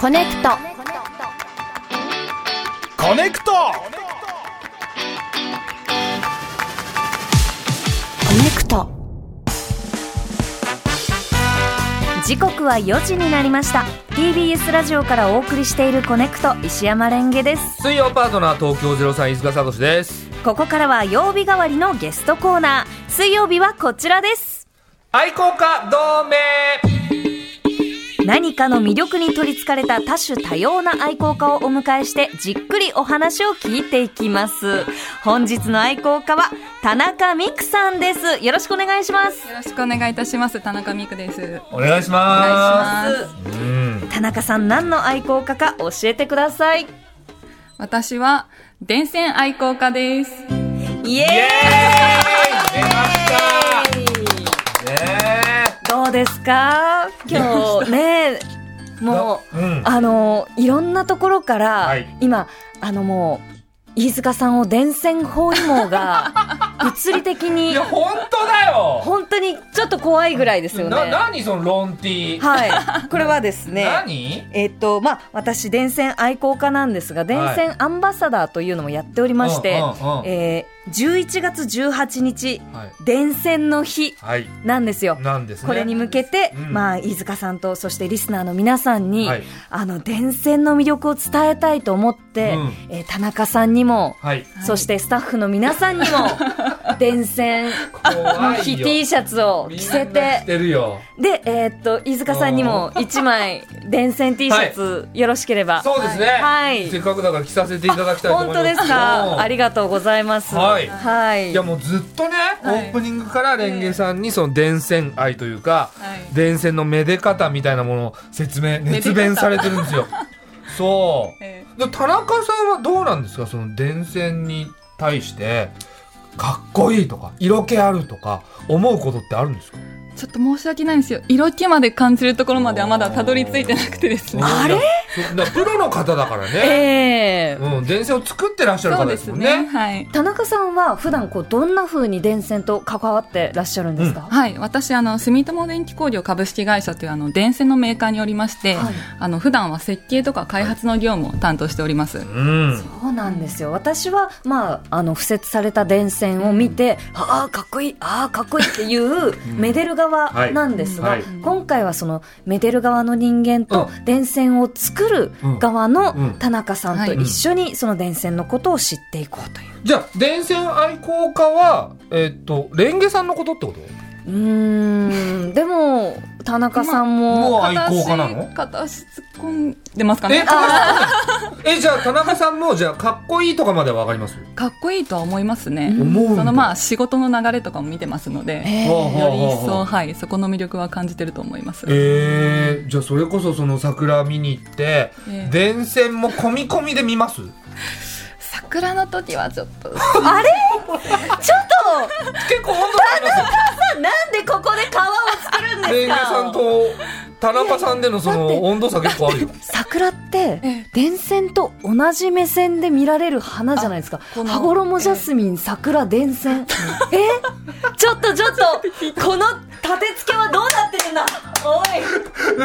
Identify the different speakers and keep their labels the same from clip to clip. Speaker 1: コネクト
Speaker 2: コネクト
Speaker 1: コネクト時刻は4時になりました TBS ラジオからお送りしている「コネクト」石山レンゲです
Speaker 3: 水曜パートナー東京03飯塚聡です
Speaker 1: ここからは曜日代わりのゲストコーナー水曜日はこちらです
Speaker 3: 愛好家同盟
Speaker 1: 何かの魅力に取りつかれた多種多様な愛好家をお迎えしてじっくりお話を聞いていきます本日の愛好家は田中美久さんですよろしくお願いします
Speaker 4: よろしくお願いいたします。田中美久です。
Speaker 3: お願いし
Speaker 4: お
Speaker 3: ま
Speaker 4: 願いします。
Speaker 3: すうん
Speaker 1: 田中さん何の愛好家か教えてください
Speaker 4: 私は電線愛好家です。
Speaker 1: イ
Speaker 3: イエーイ
Speaker 1: エ
Speaker 3: 出まし
Speaker 1: ーイ
Speaker 3: たね
Speaker 1: どうですか今日ねもう
Speaker 3: えうん
Speaker 1: あのいろんなところから、
Speaker 3: はい
Speaker 1: 今あのもう飯塚さんを電線包囲網 が物理的
Speaker 3: い
Speaker 1: に
Speaker 3: や本当だよ
Speaker 1: 本当にちょっと怖いぐらいですよね
Speaker 3: な何そのロンティ
Speaker 1: はいこれはですね
Speaker 3: 何
Speaker 1: えっとまあ、私電線愛好家なんですが電線アンバサダーというのもやっておりまして、
Speaker 3: うんうんうん
Speaker 1: えー11月18日
Speaker 3: はい
Speaker 1: 電線の日
Speaker 3: はい
Speaker 1: なんですよ。
Speaker 3: なんですね
Speaker 1: これに向けて、
Speaker 3: うん
Speaker 1: まあ、飯塚さんとそしてリスナーの皆さんに、
Speaker 3: はい
Speaker 1: あの電線の魅力を伝えたいと思って、
Speaker 3: う
Speaker 1: えー田中さんにも、
Speaker 3: はい
Speaker 4: はい
Speaker 1: そしてスタッフの皆さんにも 電線の
Speaker 3: 怖
Speaker 1: 日
Speaker 3: いよ
Speaker 1: T シャツを着せ
Speaker 3: みんな着
Speaker 1: て
Speaker 3: てるよ
Speaker 1: で、えーっと飯塚さんにも1枚電線 T シャツよろしければ。
Speaker 3: そうですね
Speaker 1: はい
Speaker 3: せっかくだから着させていただきたいと思い
Speaker 1: 本
Speaker 3: ま
Speaker 1: 当で
Speaker 3: す
Speaker 1: す
Speaker 3: うん
Speaker 1: かありがとうございます。
Speaker 3: はい
Speaker 1: はい
Speaker 3: いやもうずっとね、
Speaker 4: はい
Speaker 3: オープニングからレンゲさんにその電線愛というか、
Speaker 4: はい
Speaker 3: 電線のめで方みたいなものを説明
Speaker 4: で方
Speaker 3: 熱弁されてるんです よそう、
Speaker 4: え
Speaker 3: で田中さんはどうなんですかその電線に対してかっこいいとか色気あるとか思うことってあるんですか
Speaker 4: ちょっと申し訳ないんですよ。色気まで感じるところまではまだたどり着いてなくてですね。
Speaker 1: あれ
Speaker 3: いやそだからプロの方だからね、
Speaker 1: ええ
Speaker 3: うん、電線を作ってらっしゃる
Speaker 4: そ
Speaker 3: 方
Speaker 4: う
Speaker 3: で
Speaker 4: ですす
Speaker 3: もん
Speaker 4: ね。
Speaker 3: ね
Speaker 4: はい。
Speaker 1: 田中さんは普段こうどんな風に電線と関わってらっしゃるんですか、
Speaker 4: はい。私、あの、住友電機工業株式会社という、あの、電線のメーカーにおりまして、
Speaker 1: はい
Speaker 4: あの、普段は設計とか開発の業務を担当しております。
Speaker 3: うん
Speaker 1: そうなんですよ私は、まあ、あの敷設された電線を見て、ああかっこいいああかっこいいっていうめでる側なんですが、
Speaker 3: はい
Speaker 1: 今回はそのめでる側の人間と電線を作る側
Speaker 3: うん
Speaker 1: の田中さんと一緒にその電線のことを知っていこうという。
Speaker 3: じゃあ電線愛好家はえっとレンゲさんのことってこと
Speaker 1: うーんでも田中さん
Speaker 3: も
Speaker 1: も
Speaker 3: う愛好家なの
Speaker 4: 片足片足突っ込んでますか
Speaker 3: え
Speaker 4: ね。
Speaker 3: えじゃあ田中さんもじゃあかっこいいとかまではわかります
Speaker 4: かっこいいとは思いますね。
Speaker 3: 思うんだ
Speaker 4: そのまあ仕事の流れとかも見てますので、
Speaker 1: え
Speaker 3: ほうほう
Speaker 4: より一
Speaker 3: ほうほ
Speaker 4: 層、
Speaker 3: う
Speaker 4: はい、そこの魅力は感じてると思います。
Speaker 3: えー、じゃあそれこそその桜見に行って、
Speaker 4: ええ
Speaker 3: 電線も込み込みで見ます
Speaker 4: 桜の時はちょっ と、
Speaker 1: あれ ちょっと
Speaker 3: 結構本当にありま
Speaker 1: なんでここで川を作るんですすか
Speaker 3: レンゲさんと田中さんでのその温度差結構あるよ
Speaker 1: 桜って
Speaker 4: ええ
Speaker 1: 電線と同じ目線で見られる花じゃないですか
Speaker 4: この
Speaker 1: 羽衣ジャスミン、桜電線 えちょっとちょっとこの立て付けはどうなってるんだお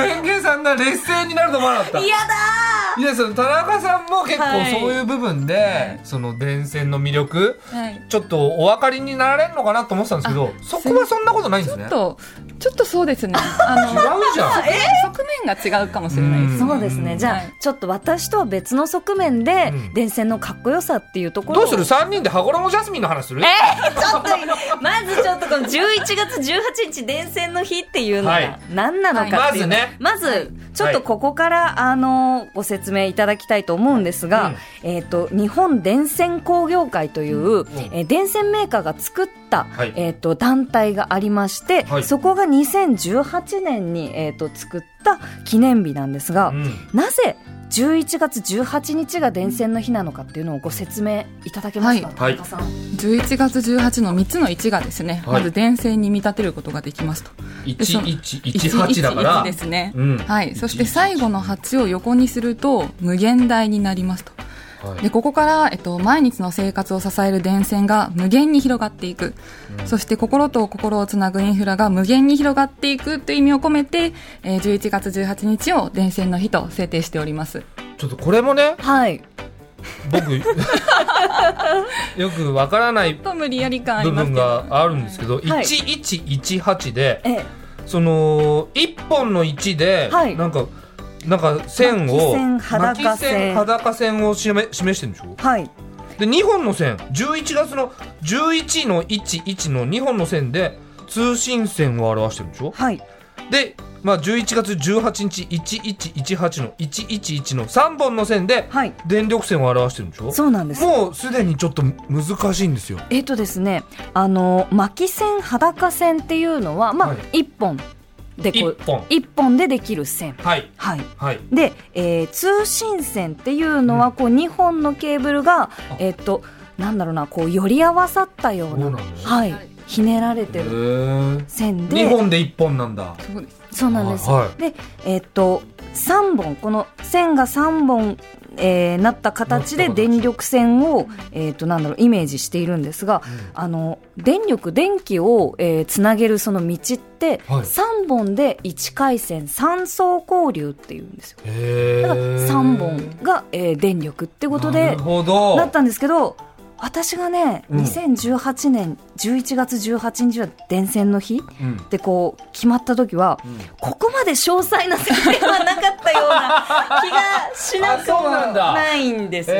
Speaker 3: レンゲさんが劣勢になると思わなかった
Speaker 1: い嫌だ
Speaker 3: いやその田中さんも結構
Speaker 1: はい
Speaker 3: そういう部分で、その電線の魅力
Speaker 4: はい、
Speaker 3: ちょっとお分かりになられるのかなと思ってたんですけどそこはそんなことないんです
Speaker 4: ちょ
Speaker 3: ね
Speaker 4: っと、ちょっとそうで すね。あ
Speaker 3: 違う
Speaker 4: の、
Speaker 3: じゃん
Speaker 4: 側面が違うかもしれないで
Speaker 3: ん
Speaker 4: す。
Speaker 1: そうですねじゃあ、
Speaker 4: はい
Speaker 1: ちょっと私とは別の側面で、
Speaker 3: うん
Speaker 1: 電線のかっこよさっていうところ
Speaker 3: ど
Speaker 1: を
Speaker 3: うする3人で羽衣ジャスミンの話する
Speaker 1: えー、ちょっとまずちょっとこの11月18日電線の日っていうの
Speaker 3: はい
Speaker 1: が何なのかっていうの、
Speaker 3: はい
Speaker 1: まずねまずちょっとここから、あのご説明いただきたいと思うんですが、えっ、と日本電線工業会という、えー電線メーカーが作った、
Speaker 3: はい
Speaker 1: えっ、と団体がありまして、
Speaker 3: はい
Speaker 1: そこが2018年にえっ、と作った記念日なんですが、
Speaker 3: うん
Speaker 1: なぜ11月18日が電線の日なのかっていうのをご説明いただけますか、
Speaker 4: は
Speaker 3: は
Speaker 4: い
Speaker 3: い
Speaker 1: 田中さん。
Speaker 4: 11月18の3つの1がですね、
Speaker 3: はい
Speaker 4: まず電線に見立てることができますと。
Speaker 3: 1118だから
Speaker 4: 111ですね。
Speaker 3: うん
Speaker 4: はい。そして最後の8を横にすると、無限大になりますと。
Speaker 3: はい
Speaker 4: でここから、えっと、毎日の生活を支える電線が無限に広がっていく、そして心と心をつなぐインフラが無限に広がっていくという意味を込めて、えー11月18日を電線の日と制定しております
Speaker 3: ちょっとこれもね
Speaker 1: はい。
Speaker 3: 僕 よくわからない
Speaker 4: と無理やり感あり
Speaker 3: 部
Speaker 4: ます
Speaker 3: 分
Speaker 4: けど
Speaker 3: があるんですけど、
Speaker 1: はい
Speaker 3: 1118で
Speaker 1: ええ、
Speaker 3: その1本の1で、
Speaker 1: はい
Speaker 3: なんかなんか線を
Speaker 1: 巻き線裸線
Speaker 3: 巻き線裸線を示示してるんでしょ
Speaker 1: はい。
Speaker 3: で2本の線11月の11の11の2本の線で通信線を表してるんでしょ
Speaker 1: はい。
Speaker 3: で、まあ、11月18日1118の111の3本の線で
Speaker 1: はい。
Speaker 3: 電力線を表してるんでしょ
Speaker 1: そうなんです。
Speaker 3: もうすでにちょっと難しいんですよ。
Speaker 1: えっとですね、あの、巻き線、裸線っていうのは、まあ
Speaker 3: はい、
Speaker 1: 一本でこう
Speaker 3: 1、本
Speaker 1: 一本でできる線。
Speaker 3: はい
Speaker 1: はい。
Speaker 3: はい
Speaker 1: で、えー通信線っていうのはこう2本のケーブルが、えっとなんだろうなこう寄り合わさったような
Speaker 3: そうなんですね
Speaker 1: はい、ひねられてる
Speaker 3: 2
Speaker 1: 線で
Speaker 3: 本で1本なんだ
Speaker 4: そうです
Speaker 1: そうなんです、
Speaker 3: は
Speaker 1: で、えっと3本この線が3本、えーなった形で
Speaker 3: なった形
Speaker 1: 電力線を、えっとなんだろうイメージしているんですが、あの電力電気を、えーつなげるその道って、
Speaker 3: はい
Speaker 1: 3本で1回線三層交流っていうんですよ。
Speaker 3: いへ
Speaker 1: だから3本が、えー電力ってこと
Speaker 3: な
Speaker 1: で
Speaker 3: るほど
Speaker 1: なったんですけど私がね、
Speaker 3: うん
Speaker 1: 2018年11月18日は電線の日っ
Speaker 3: うん
Speaker 1: てこう決まった時は、ここまで詳細な設定はなかったような気がしなく
Speaker 3: あそう
Speaker 1: も
Speaker 3: なんだ
Speaker 1: ないんですよ
Speaker 3: へ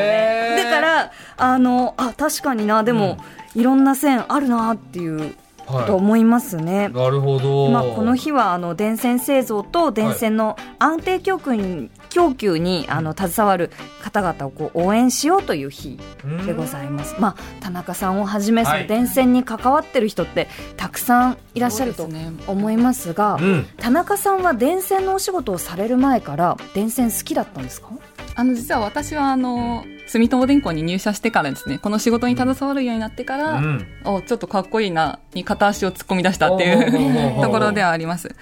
Speaker 1: ね。だ
Speaker 3: ー
Speaker 1: からあのあ確かになでも、いろんな線あるなっていうこと
Speaker 3: は
Speaker 1: 思いますね。
Speaker 3: いなるほど
Speaker 1: まあ、この日はあの電線製造と電線の安定供給に,、供給にあの携わる方々をこう応援しようという日でございます、まあ、田中さんをはじめそ
Speaker 3: はい
Speaker 1: の電線に関わってる人ってたくさんい
Speaker 4: い
Speaker 1: らっしゃると思いますが
Speaker 3: うん
Speaker 1: 田中さんは電線のお仕事をされる前から電線好きだったんですか
Speaker 4: あの実は私はあの住友電工に入社してからですねこの仕事に携わるようになってか
Speaker 3: う
Speaker 4: ら、
Speaker 3: ん
Speaker 4: おちょっとかっこいいなに片足を突っ込み出したっていう
Speaker 1: おー
Speaker 4: ところではあります。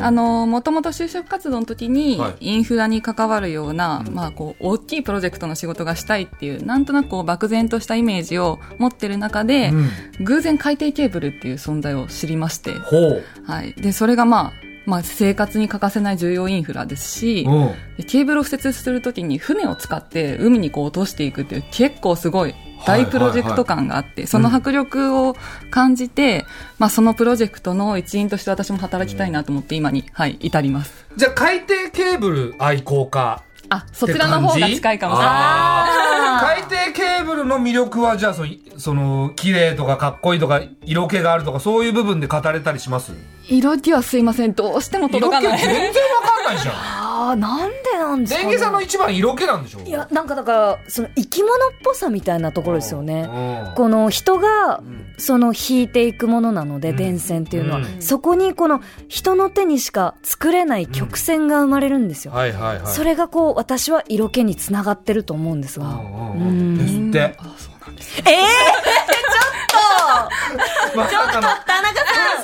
Speaker 4: あのもともと就職活動の時に
Speaker 3: はい
Speaker 4: インフラに関わるような、まあ、こう大きいプロジェクトの仕事がしたいっていうなんとなくこう漠然としたイメージを持ってる中で、
Speaker 3: うん
Speaker 4: 偶然海底ケーブルっていう存在を知りまして、
Speaker 3: ほう
Speaker 4: はい、でそれが、まあまあ、生活に欠かせない重要インフラですし、
Speaker 3: うん
Speaker 4: でケーブルを設置するときに船を使って海にこう落としていくっていう結構すごい大プロジェクト感があって、その迫力を感じて、まあ、そのプロジェクトの一員として私も働きたいなと思って今に、はい、至ります。
Speaker 3: じゃあ海底ケーブル愛好家
Speaker 4: あ、そちらの方が近いかもしれない。
Speaker 3: ない海底ケーブルの魅力はじゃあそその綺麗とかかっこいいとか色気があるとかそういう部分で語れたりします
Speaker 4: 色気はすいません、どうしても
Speaker 3: 色
Speaker 4: 届
Speaker 3: 気
Speaker 4: か
Speaker 3: 全
Speaker 4: ない。
Speaker 3: 然わかんないじゃん
Speaker 1: あーなんでなんですか
Speaker 3: 電
Speaker 1: ね
Speaker 3: 気さんの一番色気なんでしょ
Speaker 1: いやなんかだからその生き物っぽさみたいなところですよね。
Speaker 3: ね
Speaker 1: この人が
Speaker 3: ん
Speaker 1: その引いていくものなので、
Speaker 3: うん
Speaker 1: 電線っていうのは、
Speaker 3: うん
Speaker 1: そこにこの人の手にしか作れない曲線が生まれるんですよ、
Speaker 3: はいはいはい
Speaker 1: それがこう私は色気につながってると思うんですが、
Speaker 3: うんですっ
Speaker 4: うん
Speaker 3: て
Speaker 4: あそうなんです。
Speaker 1: ええー、
Speaker 3: まさかの
Speaker 1: 田中さ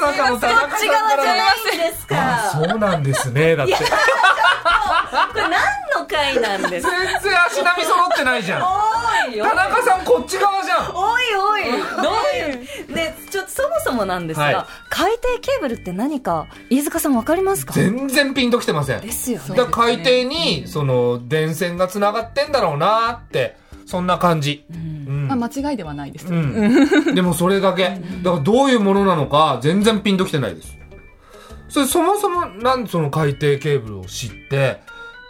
Speaker 3: まさかの田中さんから
Speaker 1: ないんです
Speaker 3: あそうなんですねだって
Speaker 1: こ
Speaker 3: 全
Speaker 1: れ何の回なんです
Speaker 3: 然足並み揃ってないじゃん
Speaker 1: おいよ
Speaker 3: 田中さんこっち側じゃん
Speaker 1: おいおいどういうねちょっとそもそもなんですが、
Speaker 3: はい
Speaker 1: 海底ケーブルって何か飯塚さんわかりますか
Speaker 3: 全然ピンときてません
Speaker 1: ですよね
Speaker 3: だから海底にその電線がつながってんだろうなってそんな感じ、うん
Speaker 4: まあ、間違いではないです。
Speaker 3: うん、でもそれだけだからどういうものなのか全然ピンときてないですそれそもそもなんでその海底ケーブルを知って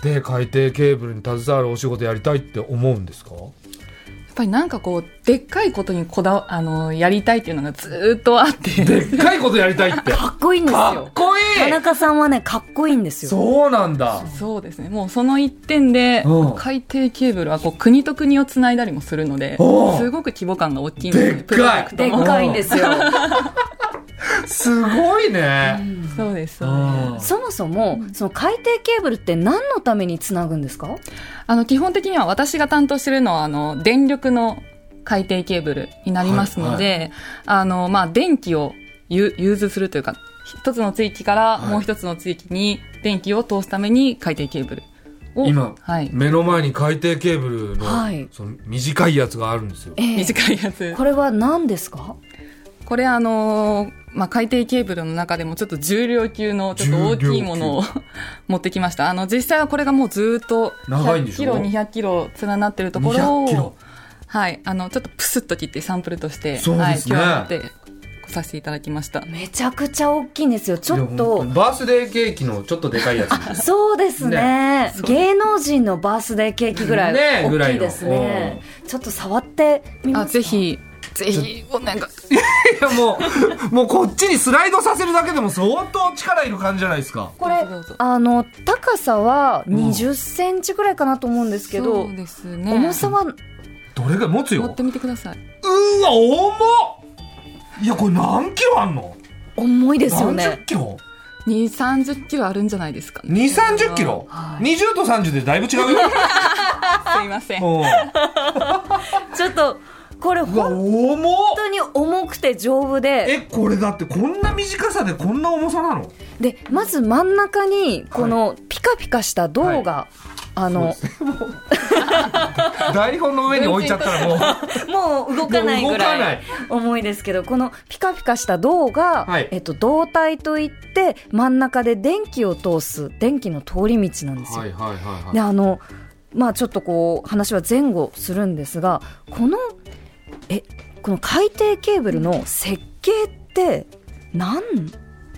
Speaker 3: で海底ケーブルに携わるお仕事やりたいって思うんですか
Speaker 4: やっぱりなんかこう、でっかいことにこだわ、あの、やりたいっていうのがずーっとあって。
Speaker 3: でっかいことやりたいって
Speaker 1: かっこいいん です
Speaker 3: か
Speaker 1: よ
Speaker 3: っこい
Speaker 1: 田
Speaker 3: い
Speaker 1: 中さんはねかっこいいんですよ
Speaker 3: そうなんだ
Speaker 4: そうですね。もうその一点で
Speaker 3: うん、
Speaker 4: 海底ケーブルはこう国と国をつないだりもするので
Speaker 3: おう、
Speaker 4: すごく規模感が大きいんです
Speaker 3: でっかい
Speaker 4: ねプロジェクト
Speaker 1: でっ
Speaker 4: も。
Speaker 1: かいんですよ
Speaker 3: すごいね、
Speaker 4: そうです。そううです
Speaker 3: ん
Speaker 1: そもそもその海底ケーブルって何のためにつなぐんですか
Speaker 4: あの、基本的には私が担当してるのは、あの、電力の海底ケーブルになりますので、あの、まあ、電気をゆ融通するというか、一つの地域から
Speaker 3: はい
Speaker 4: もう一つの地域に電気を通すために海底ケーブルを、
Speaker 3: 今、
Speaker 4: はい、
Speaker 3: 目の前に海底ケーブルの,、
Speaker 1: はい
Speaker 3: その短いやつがあるんですよ。
Speaker 1: ええ
Speaker 4: 短いやつ。
Speaker 1: これは何ですか
Speaker 4: これあのーまあ、海底ケーブルの中でもちょっと重量級のちょっと大きいものを持ってきました。あの、実際はこれがもうずっと
Speaker 3: 長いんで
Speaker 4: 100
Speaker 3: し
Speaker 4: キ
Speaker 3: ょ
Speaker 4: ロ、200キロ連なってるところ
Speaker 3: 200キ
Speaker 4: を
Speaker 3: ロ、。
Speaker 4: はい、あの、ちょっとプスッと切ってサンプルとして、
Speaker 3: そう
Speaker 4: は
Speaker 3: で
Speaker 4: い、
Speaker 3: すね
Speaker 4: 今日持って来させていただきました。
Speaker 1: めちゃくちゃ大きいんですよちょっ
Speaker 3: いやほ
Speaker 1: と
Speaker 3: んバースデーケーキのちょっとでかい やつ。
Speaker 1: そうですね
Speaker 4: ねそう
Speaker 1: 芸能人のバースデーケーキぐらい
Speaker 3: ねぐら
Speaker 1: 大
Speaker 3: い
Speaker 1: きい
Speaker 3: の
Speaker 1: ですねちょっと触ってみま
Speaker 4: あ、
Speaker 1: すか
Speaker 4: ぜひ、ぜひ、お願い。
Speaker 3: いやもう、 もうこっちにスライドさせるだけでも相当力いる感じじゃないですか。
Speaker 1: これ
Speaker 4: どうぞどうぞ
Speaker 1: あの高さは20センチぐらいかなと思うんですけど、
Speaker 4: そうですね。
Speaker 1: 重さは
Speaker 3: どれぐらい持つよ。
Speaker 4: 持っ
Speaker 3: う
Speaker 4: てみてください。
Speaker 3: ーわ、重っいや、これ何キロあんの
Speaker 1: 重いですよ
Speaker 3: 何十
Speaker 1: ね
Speaker 3: キロ
Speaker 4: 2、30キロあるんじゃないですか、
Speaker 3: ?2、30キロ、
Speaker 1: はい
Speaker 3: ?20 と30でだいぶ違 うよ。
Speaker 4: すいません。
Speaker 3: うん
Speaker 1: ちょっとこれ
Speaker 3: うわ、
Speaker 1: 本
Speaker 3: 重っ
Speaker 1: 当に重くて丈夫で
Speaker 3: え、これだってこんな短さでこんな重さなの
Speaker 1: でまず真ん中にこのピカピカした銅が、あの
Speaker 3: 台本の上に置いちゃっ たらもう。
Speaker 1: もう動かないぐ
Speaker 3: もう動かな
Speaker 1: らい
Speaker 3: い
Speaker 1: 重いですけどこのピカピカした銅が、
Speaker 3: はい
Speaker 1: えっと、銅体といって真ん中で電気を通す電気の通り道なんですよ。
Speaker 3: いはいはい
Speaker 1: であのまあちょっとこう話は前後するんですがこのえこの海底ケーブルの設計って何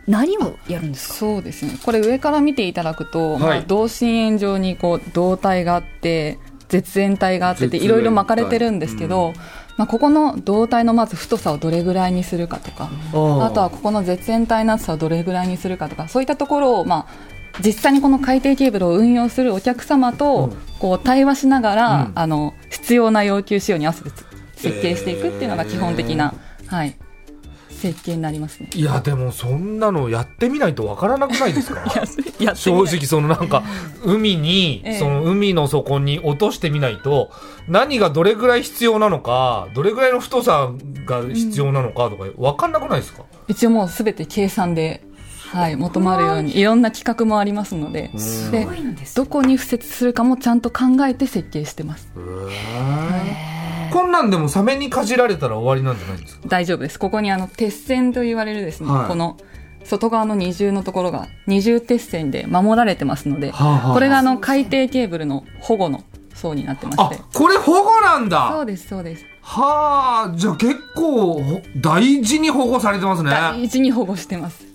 Speaker 1: 何をやるんですか
Speaker 4: そうですねこれ上から見ていただくと、ま
Speaker 3: は
Speaker 4: あ、
Speaker 3: い
Speaker 4: 同心円状にこう胴体があって絶縁体があってて
Speaker 3: 絶縁体
Speaker 4: いろいろ巻かれてるんですけど、
Speaker 3: う
Speaker 4: まあ、ここの胴体のまず太さをどれぐらいにするかとか、あとはここの絶縁体の厚さをどれぐらいにするかとかそういったところを、まあ、実際にこの海底ケーブルを運用するお客様と
Speaker 3: うん
Speaker 4: こう対話しながら、
Speaker 3: うん
Speaker 4: あの必要な要求仕様に合わせて設計していくっていうのが基本的な、はい、設計になりますね。
Speaker 3: いやでもそんなのやってみないとわからなくない ですか
Speaker 4: やってみ
Speaker 3: 正
Speaker 4: ない
Speaker 3: 直そのなんか海に、
Speaker 4: ええ
Speaker 3: その海の底に落としてみないと何がどれぐらい必要なのかどれぐらいの太さが必要なのかとかわかんなくないですか、
Speaker 4: 一応もうすべて計算で、はい、求まるようにいろんな企画もありますので
Speaker 3: す
Speaker 4: で
Speaker 1: ごいんです
Speaker 4: どこに付設するかもちゃんと考えて設計してます
Speaker 3: こんなんでもサメにかじられたら終わりなんじゃないんですか
Speaker 4: 大丈夫ですここにあの鉄線と言われるですね、
Speaker 3: はい
Speaker 4: この外側の二重のところが二重鉄線で守られてますので、
Speaker 3: はあはあ
Speaker 4: これがあの海底ケーブルの保護の層になってまし
Speaker 3: あ
Speaker 4: て
Speaker 3: これ保護なん
Speaker 4: そう
Speaker 3: だ
Speaker 4: ですそうです
Speaker 3: はあじゃあ結構ほ大事に保護されてますね
Speaker 4: 大事に保護してます
Speaker 3: ね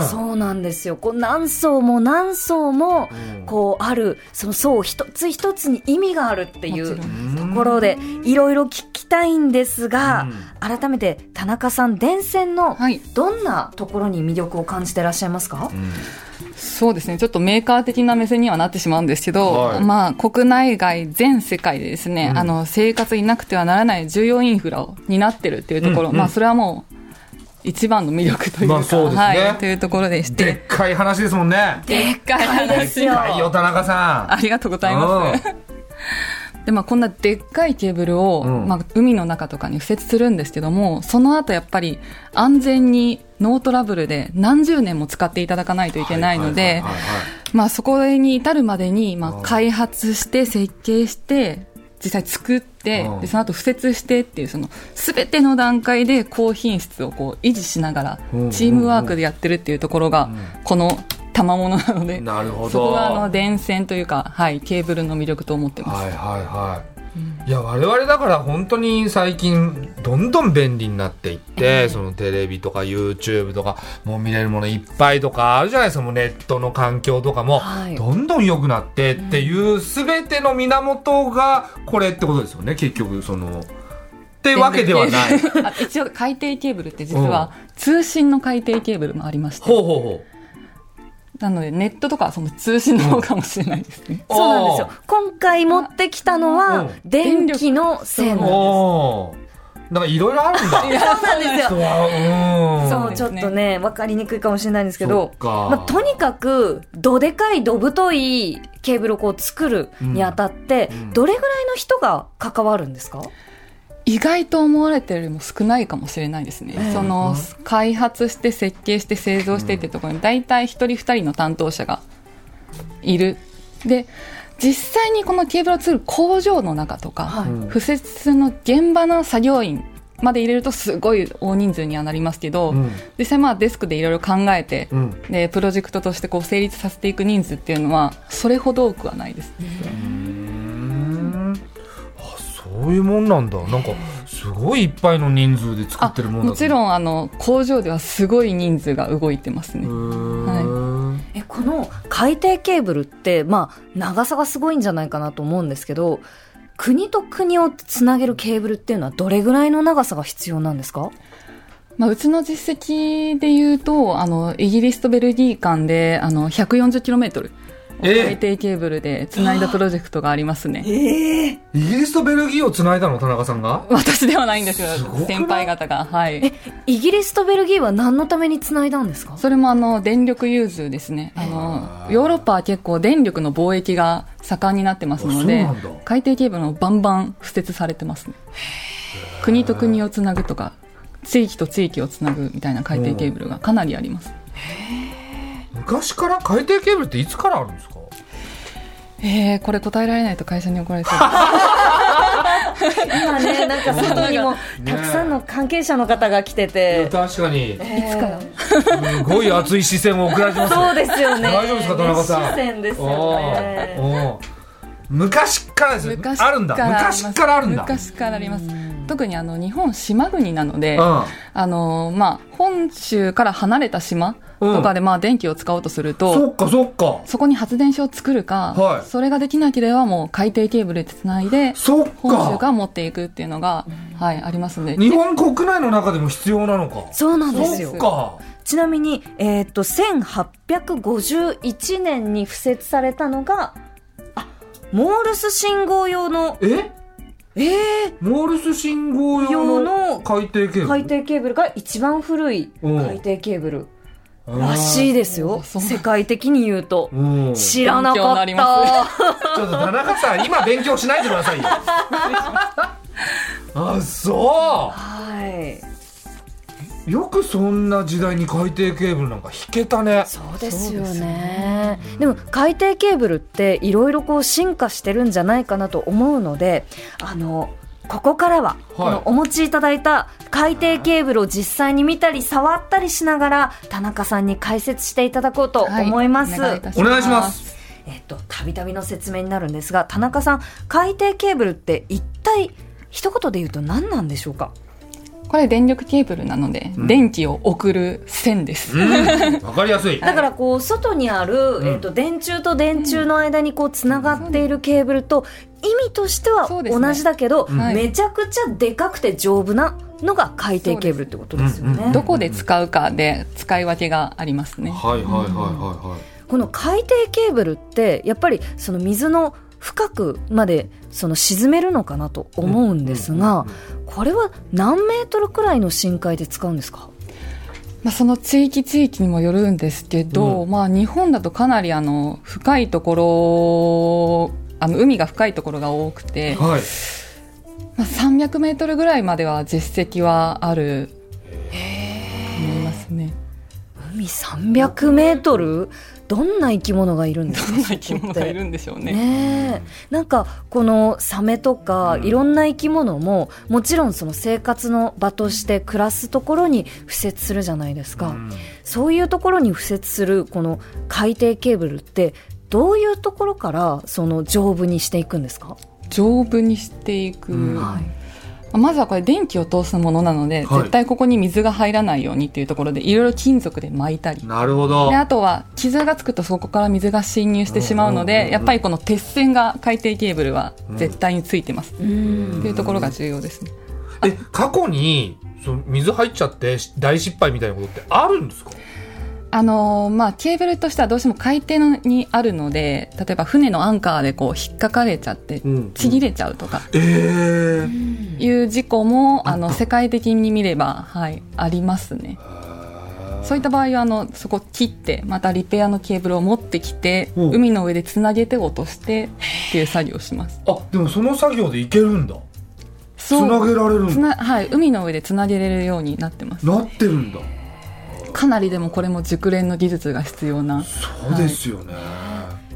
Speaker 3: え
Speaker 1: そうなんですよこう何層も何層も
Speaker 3: うん
Speaker 1: こうあるその層一つ一つに意味があるってい
Speaker 4: も
Speaker 1: う
Speaker 4: ち
Speaker 1: と
Speaker 4: ろん
Speaker 1: ころでいろいろ聞きたいんですが
Speaker 3: うん
Speaker 1: 改めて田中さん電線の
Speaker 4: はい
Speaker 1: どんなところに魅力を感じてらっしゃいますか
Speaker 4: そうですね、ちょっとメーカー的な目線にはなってしまうんですけど、
Speaker 3: はい
Speaker 4: まあ、国内外全世界でですね、あの生活になくてはならない重要インフラを担ってるっていうところ、
Speaker 3: うんうん
Speaker 4: まあ、それはもう一番の魅力というか、
Speaker 3: まあそうですね
Speaker 4: はい、というところでし、
Speaker 3: でってかい話ですもんね。
Speaker 4: でっかい
Speaker 1: いですよ
Speaker 3: はいよ、田中さん。
Speaker 4: ありがとうございます。でまあ、こんなでっかいケーブルを、
Speaker 3: うん
Speaker 4: まあ、海の中とかに敷設するんですけどもその後やっぱり安全にノートラブルで何十年も使っていただかないといけないので、
Speaker 3: はいはいはいはい
Speaker 4: まあ、そこに至るまでに、
Speaker 3: う
Speaker 4: ま
Speaker 3: ん
Speaker 4: あ、開発して設計して実際作って
Speaker 3: うん
Speaker 4: でその後敷設してっていうその全ての段階で高品質をこう維持しながら
Speaker 3: うん
Speaker 4: チームワークでやってるっていうところがこの賜物なので
Speaker 3: なるほど。
Speaker 4: そこがあの電線というか、はい、ケーブルの魅力と思ってます。
Speaker 3: はいはいはい。いや我々だから本当に最近どんどん便利になっていって、そのテレビとか YouTube とかもう見れるものいっぱいとかあるじゃないですかもうネットの環境とかも、
Speaker 1: はい
Speaker 3: どんどん良くなってっていう全ての源がこれってことですよね結局その。ってわけではない。
Speaker 4: あ一応海底ケーブルって実は通信の海底ケーブルもありまして、
Speaker 3: ほうほうほう。
Speaker 4: なのでネットとかはその通信の方かもしれないですね。
Speaker 1: そうなんですよ今回持ってきたの
Speaker 3: う
Speaker 1: は
Speaker 3: ん
Speaker 1: 電気の線
Speaker 4: そう
Speaker 1: そ
Speaker 3: おおーなんかいろいろあるんだ。
Speaker 1: うなんですよ
Speaker 3: うわうん。
Speaker 1: そうちょっとね分かりにくいかもしれないんですけど
Speaker 3: そっか
Speaker 1: まあ、とにかくどでかいど太いケーブルをこう作るにあたって、
Speaker 3: ん
Speaker 1: どれぐらいの人が関わるんですか、
Speaker 4: 意外と思われてるよりも少ないかもしれないですね、その開発して設計して製造してってところに大体一人二人の担当者がいるで実際にこのケーブルを作る工場の中とか、
Speaker 1: はい
Speaker 3: うん
Speaker 4: 敷設の現場の作業員まで入れるとすごい大人数にはなりますけど、
Speaker 3: うん
Speaker 4: 実際まあデスクでいろいろ考えて、
Speaker 3: うん
Speaker 4: でプロジェクトとしてこう成立させていく人数っていうのはそれほど多くはないです
Speaker 3: うんあそういうもんなんだなんかすごいいっぱいの人数で作
Speaker 4: あ
Speaker 3: ってるもんだ
Speaker 4: もち
Speaker 3: ん
Speaker 4: ろんあの工場ではすごい人数が動いてますね、
Speaker 3: は
Speaker 1: えこの海底ケーブルって、まあ、長さがすごいんじゃないかなと思うんですけど国と国をつなげるケーブルっていうのはどれぐらいの長さが必要なんですか
Speaker 4: まあ、うちの実績で言うとあのイギリスとベルギー間であの 140km を
Speaker 3: え
Speaker 4: 海底ケーブルでつないだプロジェクトがありますね、
Speaker 1: ええ
Speaker 3: いイギリスとベルギーをつないだの田中さんが
Speaker 4: 私ではないんですよ
Speaker 3: すごくない
Speaker 4: 先輩方がはい
Speaker 1: イギリスとベルギーは何のためにつないだんですか
Speaker 4: それもあの電力融通ですねあのヨーロッパは結構電力の貿易が盛んになってますので
Speaker 3: あそうなんだ
Speaker 4: 海底ケーブルもバンバン敷設されてますね国と国をつなぐとか地域と地域をつなぐみたいな海底ケーブルがかなりあります、
Speaker 3: 昔から海底ケーブルっていつからあるんですか
Speaker 4: えー、これ答えられないと会社に怒られそうです
Speaker 1: 今ねなんか外にもたくさんの関係者の方が来て
Speaker 3: いや
Speaker 1: て、
Speaker 3: 確かに
Speaker 1: いつから
Speaker 3: すごい熱い視線を送られてますよ
Speaker 1: そうですよね
Speaker 3: 大丈夫ですか田中さん
Speaker 1: 熱視線ですよ
Speaker 3: お
Speaker 1: ね
Speaker 3: ーおー昔からですよ
Speaker 4: 昔
Speaker 3: あるんだ
Speaker 4: からります
Speaker 3: 昔からあるんだ
Speaker 4: 昔からあります特にあの日本島国なので、
Speaker 3: うん
Speaker 4: あのまあ、本州から離れた島とかで、まあ、電気を使おうとすると、
Speaker 3: そっかそっか
Speaker 4: そこに発電所を作るか、
Speaker 3: はい
Speaker 4: それができなければもう海底ケーブルでつないで
Speaker 3: そっ
Speaker 4: 本州
Speaker 3: か
Speaker 4: が持っていくっていうのが、はい、ありますね
Speaker 3: 日本国内の中でも必要なのか
Speaker 1: そうなんですよ
Speaker 3: そっか
Speaker 1: ちなみに、えー、と1851年に敷設されたのがあモールス信号用の
Speaker 3: え
Speaker 1: ええ
Speaker 3: モールス信号用の海底ケーブル
Speaker 1: 海底ケーブルが一番古い
Speaker 3: うん
Speaker 1: 海底ケーブル
Speaker 3: あー
Speaker 1: らしいです
Speaker 4: う
Speaker 1: よ
Speaker 4: んそう
Speaker 1: 世界的に言うと
Speaker 3: うんちょ
Speaker 1: 知らなか
Speaker 4: 勉強にな
Speaker 1: っ
Speaker 4: りま
Speaker 1: た
Speaker 3: っと田中さん今勉強しないでくださいよあそ
Speaker 1: はい、
Speaker 3: うよくそんな時代に海底ケーブルなんか引けたね
Speaker 1: そうですよねでも海底ケーブルっていろいろこう進化してるんじゃないかなと思うのであのここからは、このお持ちいただいた海底ケーブルを実際に見たり触ったりしながら田中さんに解説していただこうと思います、
Speaker 4: はた
Speaker 3: お願いします
Speaker 1: えっと、たびたびの説明になるんですが、田中さん、海底ケーブルって一体、一言で言うと何なんでしょうか
Speaker 4: これ電力ケーブルなので、
Speaker 3: うん
Speaker 4: 電気を送る線です、
Speaker 3: うんわかりやすい
Speaker 1: だからこう、外にある、
Speaker 3: ん
Speaker 1: えっと、電柱と電柱の間にこう、つながっているケーブルと、意味としては
Speaker 4: そうですね
Speaker 1: 同じだけど、
Speaker 3: うん
Speaker 4: はい
Speaker 1: めちゃくちゃでかくて丈夫なのが海底ケーブルってことですよ
Speaker 3: そうですう
Speaker 1: ね
Speaker 3: ん。
Speaker 4: どこで使うかで使い分けがありますね、
Speaker 3: はいはいはいはいはい
Speaker 1: この海底ケーブルって、やっぱりその水の深くまでその沈めるのかなと思うんですが、これは何メートルくらいの深海で使うんですか
Speaker 4: まあ、その地域地域にもよるんですけど、まあ、日本だとかなりあの深いところあの海が深いところが多くて、
Speaker 3: はい
Speaker 4: まあ、300メートルぐらいまでは実績はあると思いますね。
Speaker 1: 海300メートルどんな生き物がいるんですか
Speaker 4: どんな生き物がいるんでしょうね。
Speaker 1: ねえなんかこのサメとか
Speaker 3: うん
Speaker 1: いろんな生き物ももちろんその生活の場として暮らすところに敷設するじゃないですか、
Speaker 3: うん
Speaker 1: そういうところに敷設するこの海底ケーブルってどういうところからその丈夫にしていくんですか、
Speaker 4: 丈夫にしていく、
Speaker 3: うん
Speaker 4: まあまずはこれ電気を通すものなので、
Speaker 3: はい
Speaker 4: 絶対ここに水が入らないようにっていうところでいろいろ金属で巻いたり
Speaker 3: なるほど
Speaker 4: であとは傷がつくとそこから水が侵入してしまうの
Speaker 3: うんうんうん
Speaker 4: で
Speaker 3: うん
Speaker 4: やっぱりこの鉄線が海底ケーブルは絶対についてます、
Speaker 1: うん
Speaker 4: っていうところが重要ですね。
Speaker 3: え過去にその水入っちゃって大失敗みたいなことってあるんですか
Speaker 4: あのーまあ、ケーブルとしてはどうしても海底のにあるので例えば船のアンカーでこう引っかかれちゃって
Speaker 3: うん
Speaker 4: ちぎれちゃうとか
Speaker 3: ええ
Speaker 4: いう事故も、あの世界的に見れば、はい、ありますねそういった場合はあのそこ切ってまたリペアのケーブルを持ってきて
Speaker 3: うん
Speaker 4: 海の上でつなげて落としてっていう作業をします
Speaker 3: あでもその作業でいけるんだつ
Speaker 4: そう
Speaker 3: なげられる
Speaker 4: つ
Speaker 3: んだ
Speaker 4: なはい、海の上でつなげれるようになってます
Speaker 3: なってるんだ
Speaker 4: かなりでもこれも熟練の技術が必要な
Speaker 3: そうですよね、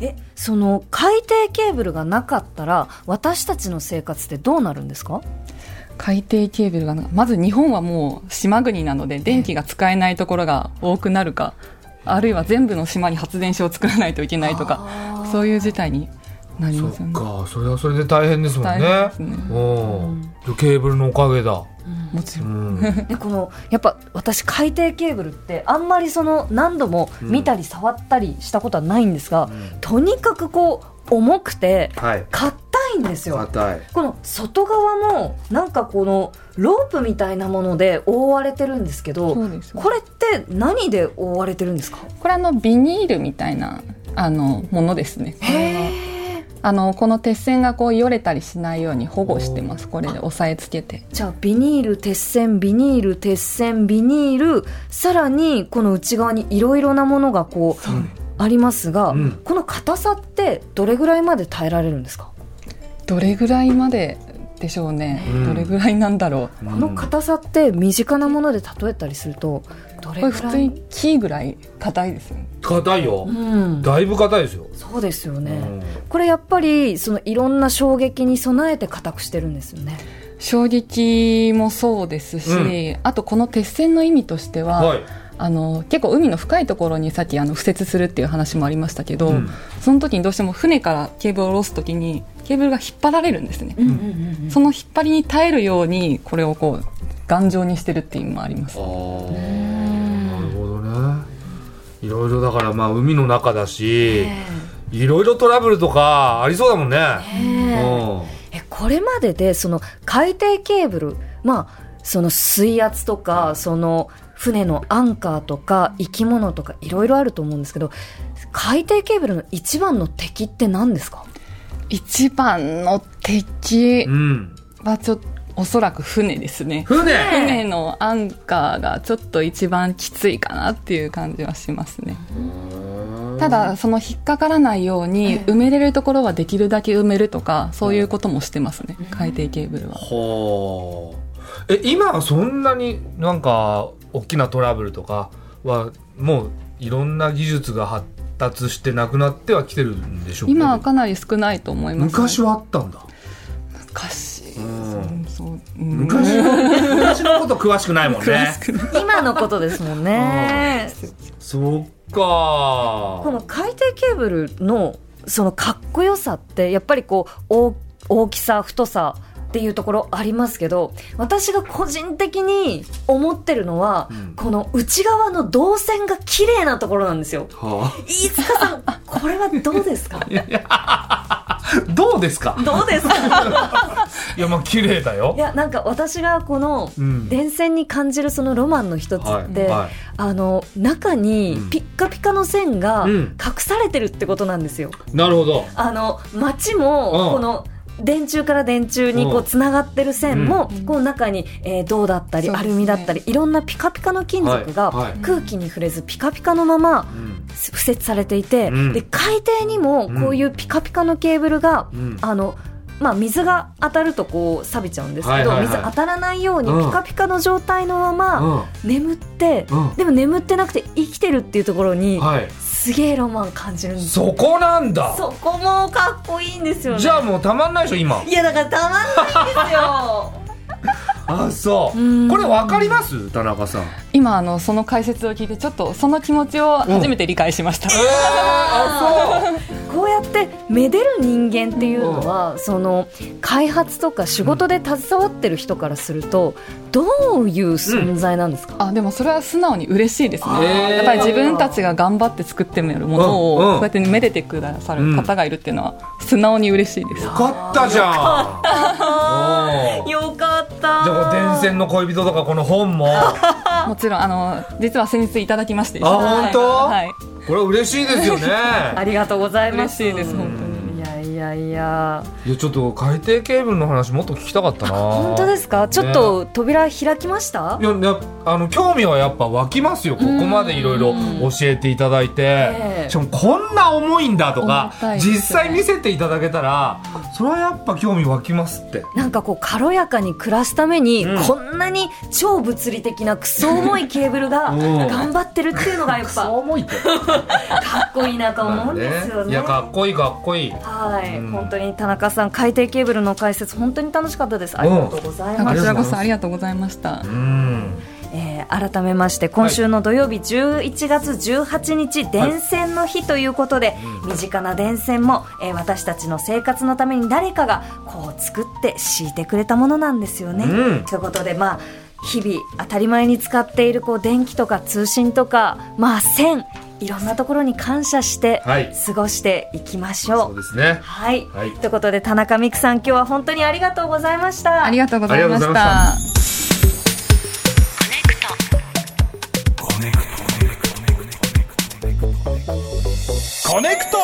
Speaker 1: えその海底ケーブルがなかったら私たちの生活ってどうなるんですか
Speaker 4: 海底ケーブルがなまず日本はもう島国なので電気が使えないところが多くなるか、あるいは全部の島に発電所を作らないといけないとかそういう事態になり
Speaker 3: そ
Speaker 4: ますよ
Speaker 3: っ
Speaker 4: ね。
Speaker 3: かそれはそれで大変ですもんね
Speaker 4: 大変ですね
Speaker 3: うん、ケーブルのおかげだ、
Speaker 4: もち
Speaker 3: う
Speaker 4: ろん
Speaker 3: ん、
Speaker 1: でこのやっぱ私海底ケーブルってあんまりその何度も見たり触ったりしたことはないんですが、とにかくこう重くて
Speaker 3: はい
Speaker 1: 硬いんですよ
Speaker 3: 硬い
Speaker 1: この外側もなんかこのロープみたいなもので覆われてるんですけど
Speaker 4: そうです
Speaker 1: これって何で覆われてるんですか
Speaker 4: これあのビニールみたいなあのものですね。これはあのこの鉄線がこうよれたりしないように保護してます。これで押さえつけて。
Speaker 1: じゃあビニール鉄線ビニール鉄線ビニールさらにこの内側にいろいろなものがこうありますが、
Speaker 3: うん
Speaker 1: この硬さってどれぐらいまで耐えられるんですか、
Speaker 4: どれぐらいまででしょうね。
Speaker 3: うん
Speaker 4: どれぐらいなんだろう。
Speaker 1: この硬さって身近なもので例えたりするとどれ
Speaker 4: これ
Speaker 1: ぐ
Speaker 4: 普
Speaker 1: ら
Speaker 4: 通
Speaker 1: い
Speaker 4: に木ぐらい硬いですよね。
Speaker 3: 硬いよ、
Speaker 1: うん、
Speaker 3: だいぶ硬いですよ、
Speaker 1: そうですよ
Speaker 3: う
Speaker 1: ね、
Speaker 3: ん
Speaker 1: これやっぱりそのいろんな衝撃に備えて硬くしてるんですよね
Speaker 4: 衝撃もそうですし、
Speaker 3: う
Speaker 4: あとこの鉄線の意味としては、
Speaker 3: はい
Speaker 4: あの結構海の深いところにさっきあの敷設するっていう話もありましたけど、
Speaker 3: うん
Speaker 4: その時にどうしても船からケーブルを下ろす時にケーブルが引っ張られるんですね、
Speaker 1: うんうんうん
Speaker 4: その引っ張りに耐えるようにこれをこう頑丈にしてるっていう意味もあります
Speaker 3: あーなるほどねいろいろだからまあ海の中だし、いろいろトラブルとかありそうだもんね、うん
Speaker 1: えこれまででその海底ケーブルまあその水圧とかその船のアンカーとか生き物とかいろいろあると思うんですけど海底ケーブルの一番の敵って何ですか
Speaker 4: 一番の敵
Speaker 3: うん、
Speaker 4: はちょっとおそらく船ですね
Speaker 3: 船
Speaker 4: 船のアンカーがちょっと一番きついかなっていう感じはしますねただその引っかからないように埋めれるところはできるだけ埋めるとかそういうこともしてますね海底ケーブルは
Speaker 3: ほうえ今はそんなになんか大きなトラブルとかはもういろんな技術が発達してなくなってはきてるんでしょうけど
Speaker 4: 今はかなり少ないと思います、
Speaker 3: 昔はあったんだ
Speaker 4: 昔
Speaker 3: ん
Speaker 4: そうそう
Speaker 3: 昔昔のこと詳しくないもんね
Speaker 1: 今のことですもん ね
Speaker 3: そっか
Speaker 1: この海底ケーブルのそのかっこよさってやっぱりこう大大きさ太さっていうところありますけど私が個人的に思ってるのは、
Speaker 3: ん
Speaker 1: この内側の導線が綺麗なところなんですよ
Speaker 3: は
Speaker 1: 飯塚さんこれはどうですか
Speaker 3: あ、 どうですか
Speaker 1: どうですか
Speaker 3: いやまあ綺麗だよ
Speaker 1: いやなんか私がこの
Speaker 3: うん
Speaker 1: 電線に感じるそのロマンの一つ
Speaker 3: は
Speaker 1: っ
Speaker 3: い
Speaker 1: て、
Speaker 3: は
Speaker 1: あの中にピッカピカの線が
Speaker 3: うん
Speaker 1: 隠されてるってことなんですよ、
Speaker 3: いなるほど
Speaker 1: あの街
Speaker 3: うん
Speaker 1: もこの電柱から電柱にこ
Speaker 3: うん
Speaker 1: うつながってる線もこの中にえー銅だったり
Speaker 4: そう
Speaker 1: ア
Speaker 4: ですね
Speaker 1: ルミだったりいろんなピカピカの金属が
Speaker 3: はいはい
Speaker 1: 空気に触れずピカピカのまま
Speaker 3: うん
Speaker 1: 敷設されていて
Speaker 3: うん
Speaker 1: で海底にもこういうピカピカのケーブルが
Speaker 3: うん
Speaker 1: あのまあ水が当たるとこう錆びちゃうんですけど
Speaker 3: はいはいはい
Speaker 1: 水当たらないように
Speaker 3: うん
Speaker 1: ピカピカの状態のまま
Speaker 3: は
Speaker 1: 眠って
Speaker 3: うん
Speaker 1: でも眠ってなくて生きてるっていうところに
Speaker 3: い
Speaker 1: すげえロマン感じるんですよ
Speaker 3: そこなんだ
Speaker 1: そこもかっこいいんですよね。
Speaker 3: じゃあもうたまんないでしょ今
Speaker 1: いやだからたまんないんですよ。
Speaker 3: あそう
Speaker 1: うん
Speaker 3: これわかります田中さん
Speaker 4: 今あのその解説を聞いてちょっとその気持ちを初めて理解しました、
Speaker 3: えー、 あ
Speaker 1: こうやってめでる人間っていうのは、その開発とか仕事で携わってる人からするとどういう存在なんですか。
Speaker 4: あでもそれは素直に嬉しいですね、
Speaker 3: あー
Speaker 4: やっぱり自分たちが頑張って作ってみるものを
Speaker 3: うんうん
Speaker 4: こうやってめでてくださる方がいるっていうのは素直に嬉しいです、
Speaker 3: そうよかったじゃんおー
Speaker 1: よかった
Speaker 3: じゃあこれ電線の恋人とかこの 本もあ
Speaker 4: もちろんあの実は先日いただきまして
Speaker 3: 本当、
Speaker 4: はい、
Speaker 3: これは嬉しいですよね
Speaker 1: ありがとうございます。
Speaker 4: 嬉しいです本当に
Speaker 1: いやいややいや
Speaker 3: いやちょっと海底ケーブルの話もっと聞きたかったな
Speaker 1: 本当ですかちょっと扉開きました、
Speaker 3: いややあの興味はやっぱ湧きますよここまでいろいろ教えていただい
Speaker 1: え
Speaker 3: て
Speaker 1: え
Speaker 3: しかもこんな重いんだとか
Speaker 4: 重たいですね
Speaker 3: 実際見せていただけたらそれはやっぱ興味湧きますって
Speaker 1: なんかこう軽やかに暮らすために、
Speaker 3: うん
Speaker 1: こんなに超物理的なクソ重いケーブルが
Speaker 3: うん
Speaker 1: 頑張ってるっていうのがやっぱ
Speaker 3: 重いって
Speaker 1: かっこいいなと
Speaker 3: ま
Speaker 1: 思
Speaker 3: あ
Speaker 1: うんですよ
Speaker 3: ねい
Speaker 1: ね。
Speaker 3: やかっこいいかっこいい
Speaker 1: はい、
Speaker 3: うん
Speaker 1: 本当に田中さん海底ケーブルの解説本当に楽しかったですありがとうござい
Speaker 4: あ
Speaker 1: ま
Speaker 4: こ
Speaker 1: す、
Speaker 4: ちらこそありがとうございました
Speaker 3: う。ん
Speaker 1: えー改めまして今週の土曜日11月18日、電線の日ということで、身近な電線も、えー私たちの生活のために誰かがこう作って敷いてくれたものなんですよね。
Speaker 3: うん
Speaker 1: ということでまあ日々当たり前に使っているこう電気とか通信とかまあ線いろんなところに感謝して
Speaker 3: はい
Speaker 1: 過ごしていきましょう。
Speaker 3: そうですね
Speaker 1: はい、
Speaker 3: はい
Speaker 1: ということで田中美久さん今日は本当にありがとうございました
Speaker 4: ありがとうございま
Speaker 3: ありが
Speaker 4: し
Speaker 3: とうございま
Speaker 4: た。
Speaker 2: コネクト